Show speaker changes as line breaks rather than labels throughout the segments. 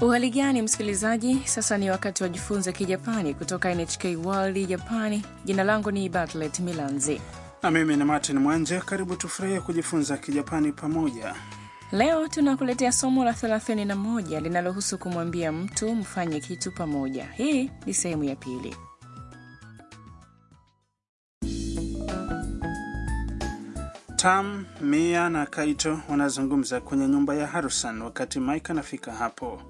Uhali gani msikilizaji, sasa ni wakati wa jifunze Kijapani kutoka NHK World Japani. Jina langu ni Bartlett Milanzi
na mimi ni Martin Mwanje. Karibu tufurahie kujifunza Kijapani pamoja.
Leo tunakuletea somo la 31 linalohusu kumwambia mtu mfanye kitu pamoja. Hii ni sehemu ya pili.
Tam, Mia na Kaito wanazungumza kwenye nyumba ya Harusan wakati Mike anafika hapo.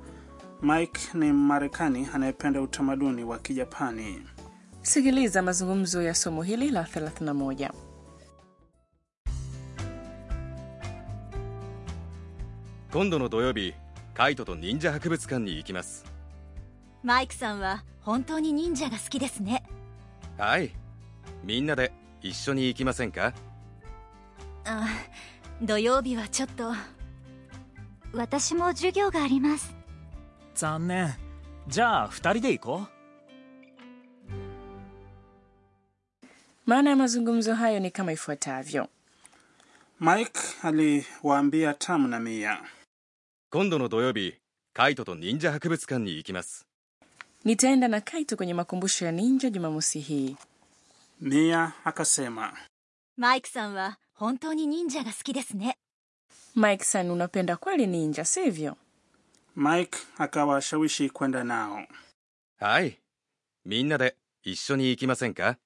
Mike ni Mmarekani anayependa utamaduni wa Kijapani.
Sikiliza mazungumzo ya somo hili la 31.
今度の土曜日カイトと忍者博物館に行きます
マイクさんは本当に忍者が好きですね
はいみんなで一緒に行きませんか
あ土曜日はちょっと私も授業があります
残念じゃあ二人で行こ
Maana ya mazungumzo hayo ni kama ifuatavyo.
Mike aliwaambia Tam na Mia,
今度の土曜日カイトと忍者博物館に行きます
Nitaenda na Kaito kwenye makumbusho ya ninja Jumamosi hii.
Mia akasema
マイクさんは本当に忍者が好きですね
Mike san, unapenda kweli ninja, sivyo?
Mike akawashawishi kwenda nao.
はいみんなで一緒に行きませんか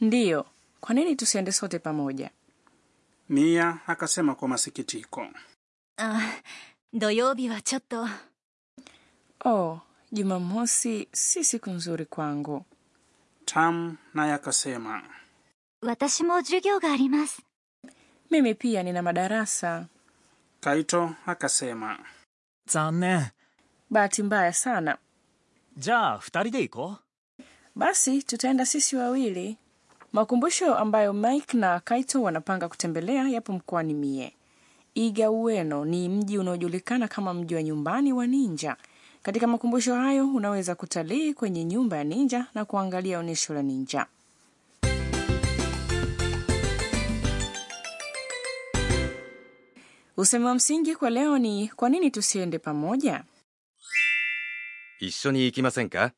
Ndiyo, kwa nini tusiende sote pamoja?
Mia akasema kwa masikitiko.
あ土曜日はちょっと
Oh, Jumamosi si siku nzuri kwangu.
Tam naye akasema.
私も授業があります
Mimi pia nina madarasa.
Kaito akasema.
う残念
Bahati mbaya sana.
じゃあ二人で行こう
Basi tutaenda sisi wawili. Makumbusho ambayo Mike na Kaito wanapanga kutembelea yapo mkoani Mie. Iga Ueno ni mji unaojulikana kama mji wa nyumbani wa ninja. Katika makumbusho hayo unaweza kutalii kwenye nyumba ya ninja na kuangalia onyesho la ninja. Usemi wa msingi kwa leo ni kwa nini tusiende pamoja?
一緒に行きませんか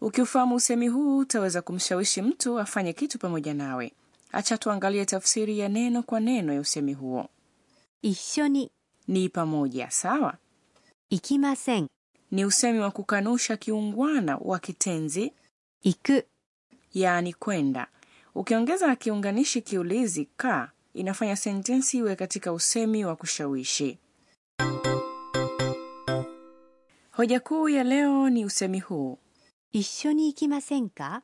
Ukiufahamu usemi huu utaweza kumshawishi mtu afanye kitu pamoja nawe. Acha tuangalie tafsiri ya neno kwa neno ya usemi huo.
一緒に
Ni pamoja, sawa?
行きません
Ni usemi wa kukanusha kiungwana wa kitenzi,
行く
yaani kwenda. Ukiongeza kiunganishi kiulizi ka, inafanya sentensi iwe katika usemi wa kushawishi. Hoja kuu ya leo ni usemi huu.
一緒に行きませんか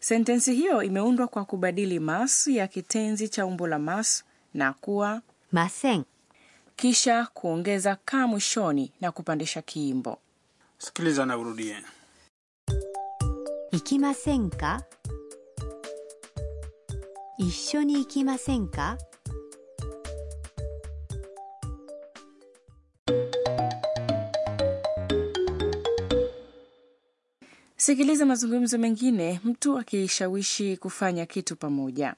Sentensi hiyo imeundwa kwa kubadili mas ya kitenzi cha umbo la mas na kuwa
ません
kisha kuongeza ka mwishoni na kupandisha kiimbo.
Sikiliza na urudie.
行きませんか一緒に行きませんか
Sikiliza mazungumzo mengine, mtu akishawishi kufanya kitu pamoja.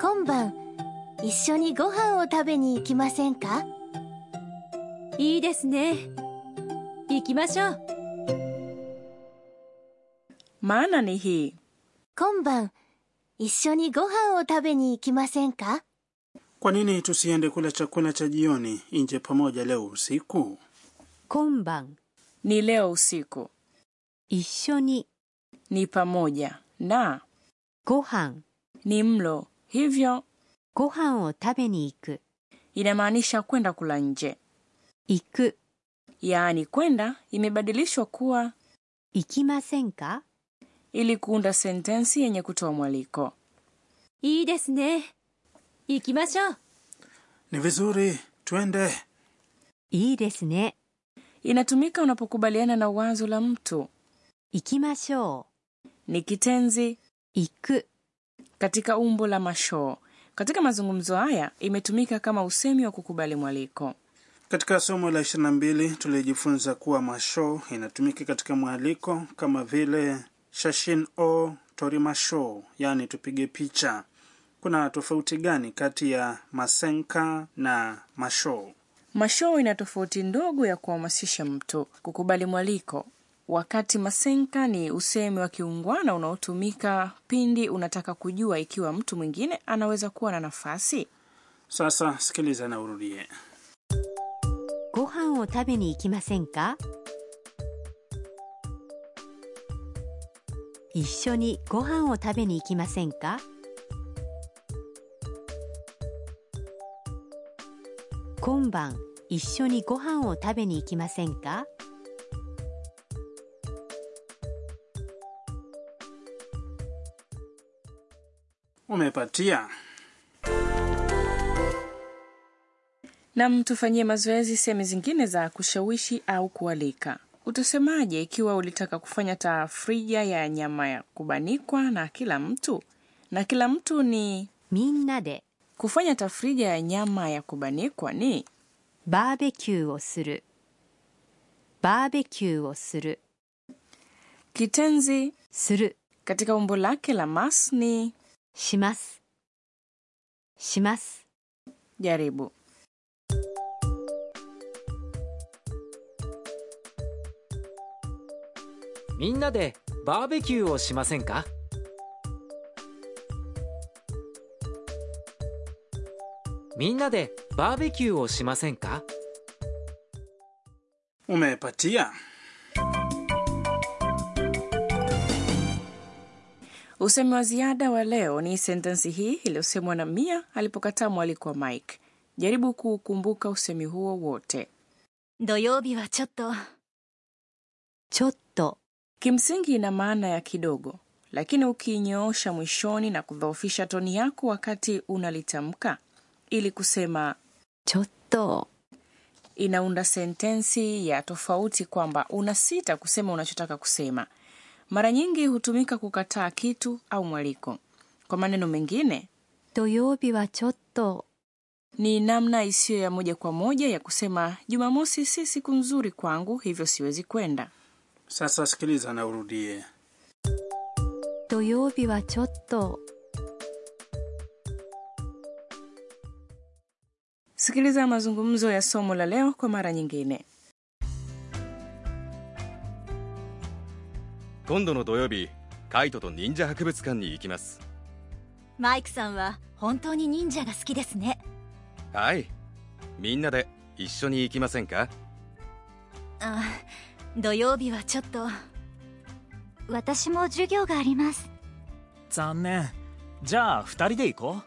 今晩一緒にご飯を食べに行きませんか
いいですね行きましょう
Maana ni hii:
今晩一緒にご飯を食べに行きませんか
Kwa nini tusiende kula chakula cha jioni nje pamoja leo usiku?
今晩
ni leo usiku,
一緒に
ni pamoja na
ご飯
ni mlo, hivyo
ご飯を食べに行く
inamaanisha kwenda kula nje.
行く
Yaani kwenda imebadilishwa kuwa
行きませんか
ili kuunda sentensi yenye kutoa mwaliko.
いいですね行きましょう
Ni vizuri twende.
いいですね
Inatumika unapokubaliana na wazo la mtu.
行きましょ
Ni kitenzi
う行く
katika umbo la mashoo. Katika mazungumzo haya imetumika kama usemi wa kukubali mwaliko.
Katika somo la 22 tulijifunza kuwa masho inatumika katika mwaliko kama vile shashin o torimasho, yani tupige picha. kuna tofauti gani kati ya masenka na mashou?
Mashoo ina tofauti ndogo ya kuhamasisha mtu kukubali mwaliko, wakati masenka ni usemi wa kiungwana unaotumika pindi unataka kujua ikiwa mtu mwingine anaweza kuwa na nafasi.
Sasa sikiliza na urudie.
ご飯を食べに行きませんか一緒にご飯を食べに行きませんか今晩一緒にご飯を食べに行きませんか
Umepatia?
Nam, tufanyie mazoezi sehemu zingine za kushawishi au kualika. Utasemaje ikiwa ulitaka kufanya tafrija ya nyama ya kubanikwa na kila mtu? Na kila mtu ni
みんなで
kufanya tafrija ya nyama ya kubanikwa ni
バーベキューをするバーベキューをする
kitenzi
する
katika umbo lake la mas ni
しますします
jaribu.
みんなでバーベキューをしませんかみんなでバーベキューをしませんか
Umepatia?
Usemi wa ziada wa leo ni sentensi hii iliyosemwa na Mia alipokataa mwaliko wa Mike. Jaribu kuukumbuka usemi huo wote.
土曜日はちょっと
ちょっと
Kimsingi ina maana ya kidogo, lakini ukiinyoosha mwishoni na kudhoofisha toni yako wakati unalitamka ili kusema
ちょっと
inaunda sentensi ya tofauti kwamba unasita kusema unachotaka kusema. Mara nyingi hutumika kukataa kitu au mwaliko. Kwa maneno mengine,
土曜日はちょっと
ni namna isiyo ya moja kwa moja ya kusema Jumamosi si siku nzuri kwangu, hivyo siwezi kwenda.
Sasa sikiliza na urudie.
土曜日はちょっと
Sikiliza mazungumzo ya somo la leo kwa mara nyingine.
今度の土曜日カイトと忍者博物館に行きます
マイクさんは本当に忍者が好きですね
はいみんなで一緒に行きませんか
あ土曜日はちょっと
私も授業があります
残念じゃあ二人で行こう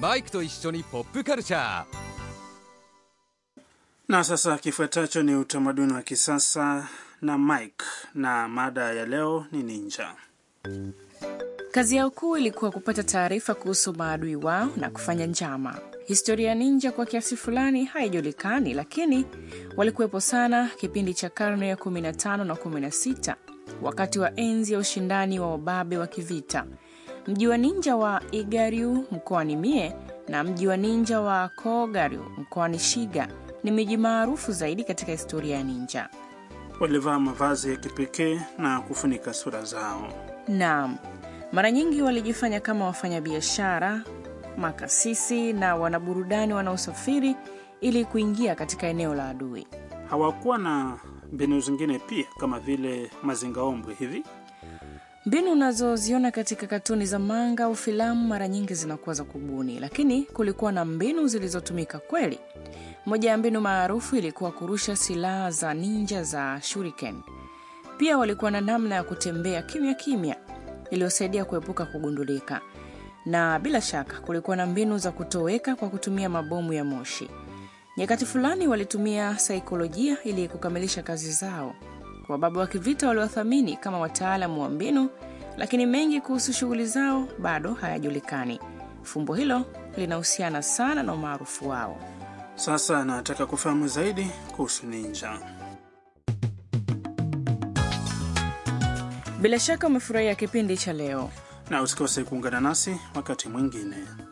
マイクと一緒にポップカルチャー
Na sasa kifuatacho ni utamaduni wa kisasa na Mike, na mada ya leo ni ninja.
Kazi yao kuu ilikuwa kupata taarifa kuhusu maadui wao na kufanya njama. Historia ya ninja kwa kiasi fulani haijulikani, lakini walikuwepo sana kipindi cha karne ya 15 na 16, wakati wa enzi ya ushindani wa wababe wa kivita. Mji wa ninja wa Igaryu mkoani Mie na mji wa ninja wa Kogaryu mkoani Shiga ni miji maarufu zaidi katika historia ya ninja.
Walivaa mavazi ya kipekee na kufunika sura zao.
Naam, mara nyingi walijifanya kama wafanyabiashara, makasisi na wanaburudani wanaosafiri ili kuingia katika eneo la adui.
Hawakuwa na mbinu zingine pia kama vile mazingaombwe hivi.
Mbinu unazoziona katika katuni za manga au filamu mara nyingi zinakuwa za kubuni, lakini kulikuwa na mbinu zilizotumika kweli. Moja ya mbinu maarufu ilikuwa kurusha silaha za ninja za shuriken. Pia walikuwa na namna ya kutembea kimya kimya iliyosaidia kuepuka kugundulika, na bila shaka kulikuwa na mbinu za kutoweka kwa kutumia mabomu ya moshi. Nyakati fulani walitumia saikolojia ili kukamilisha kazi zao. Wababu wa kivita waliwathamini kama wataalamu wa mbinu, lakini mengi kuhusu shughuli zao bado hayajulikani. Fumbo hilo linahusiana sana na umaarufu wao.
Sasa nataka kufahamu zaidi kuhusu ninja.
Bila shaka umefurahia kipindi cha leo.
na usikose kuungana nasi wakati mwingine.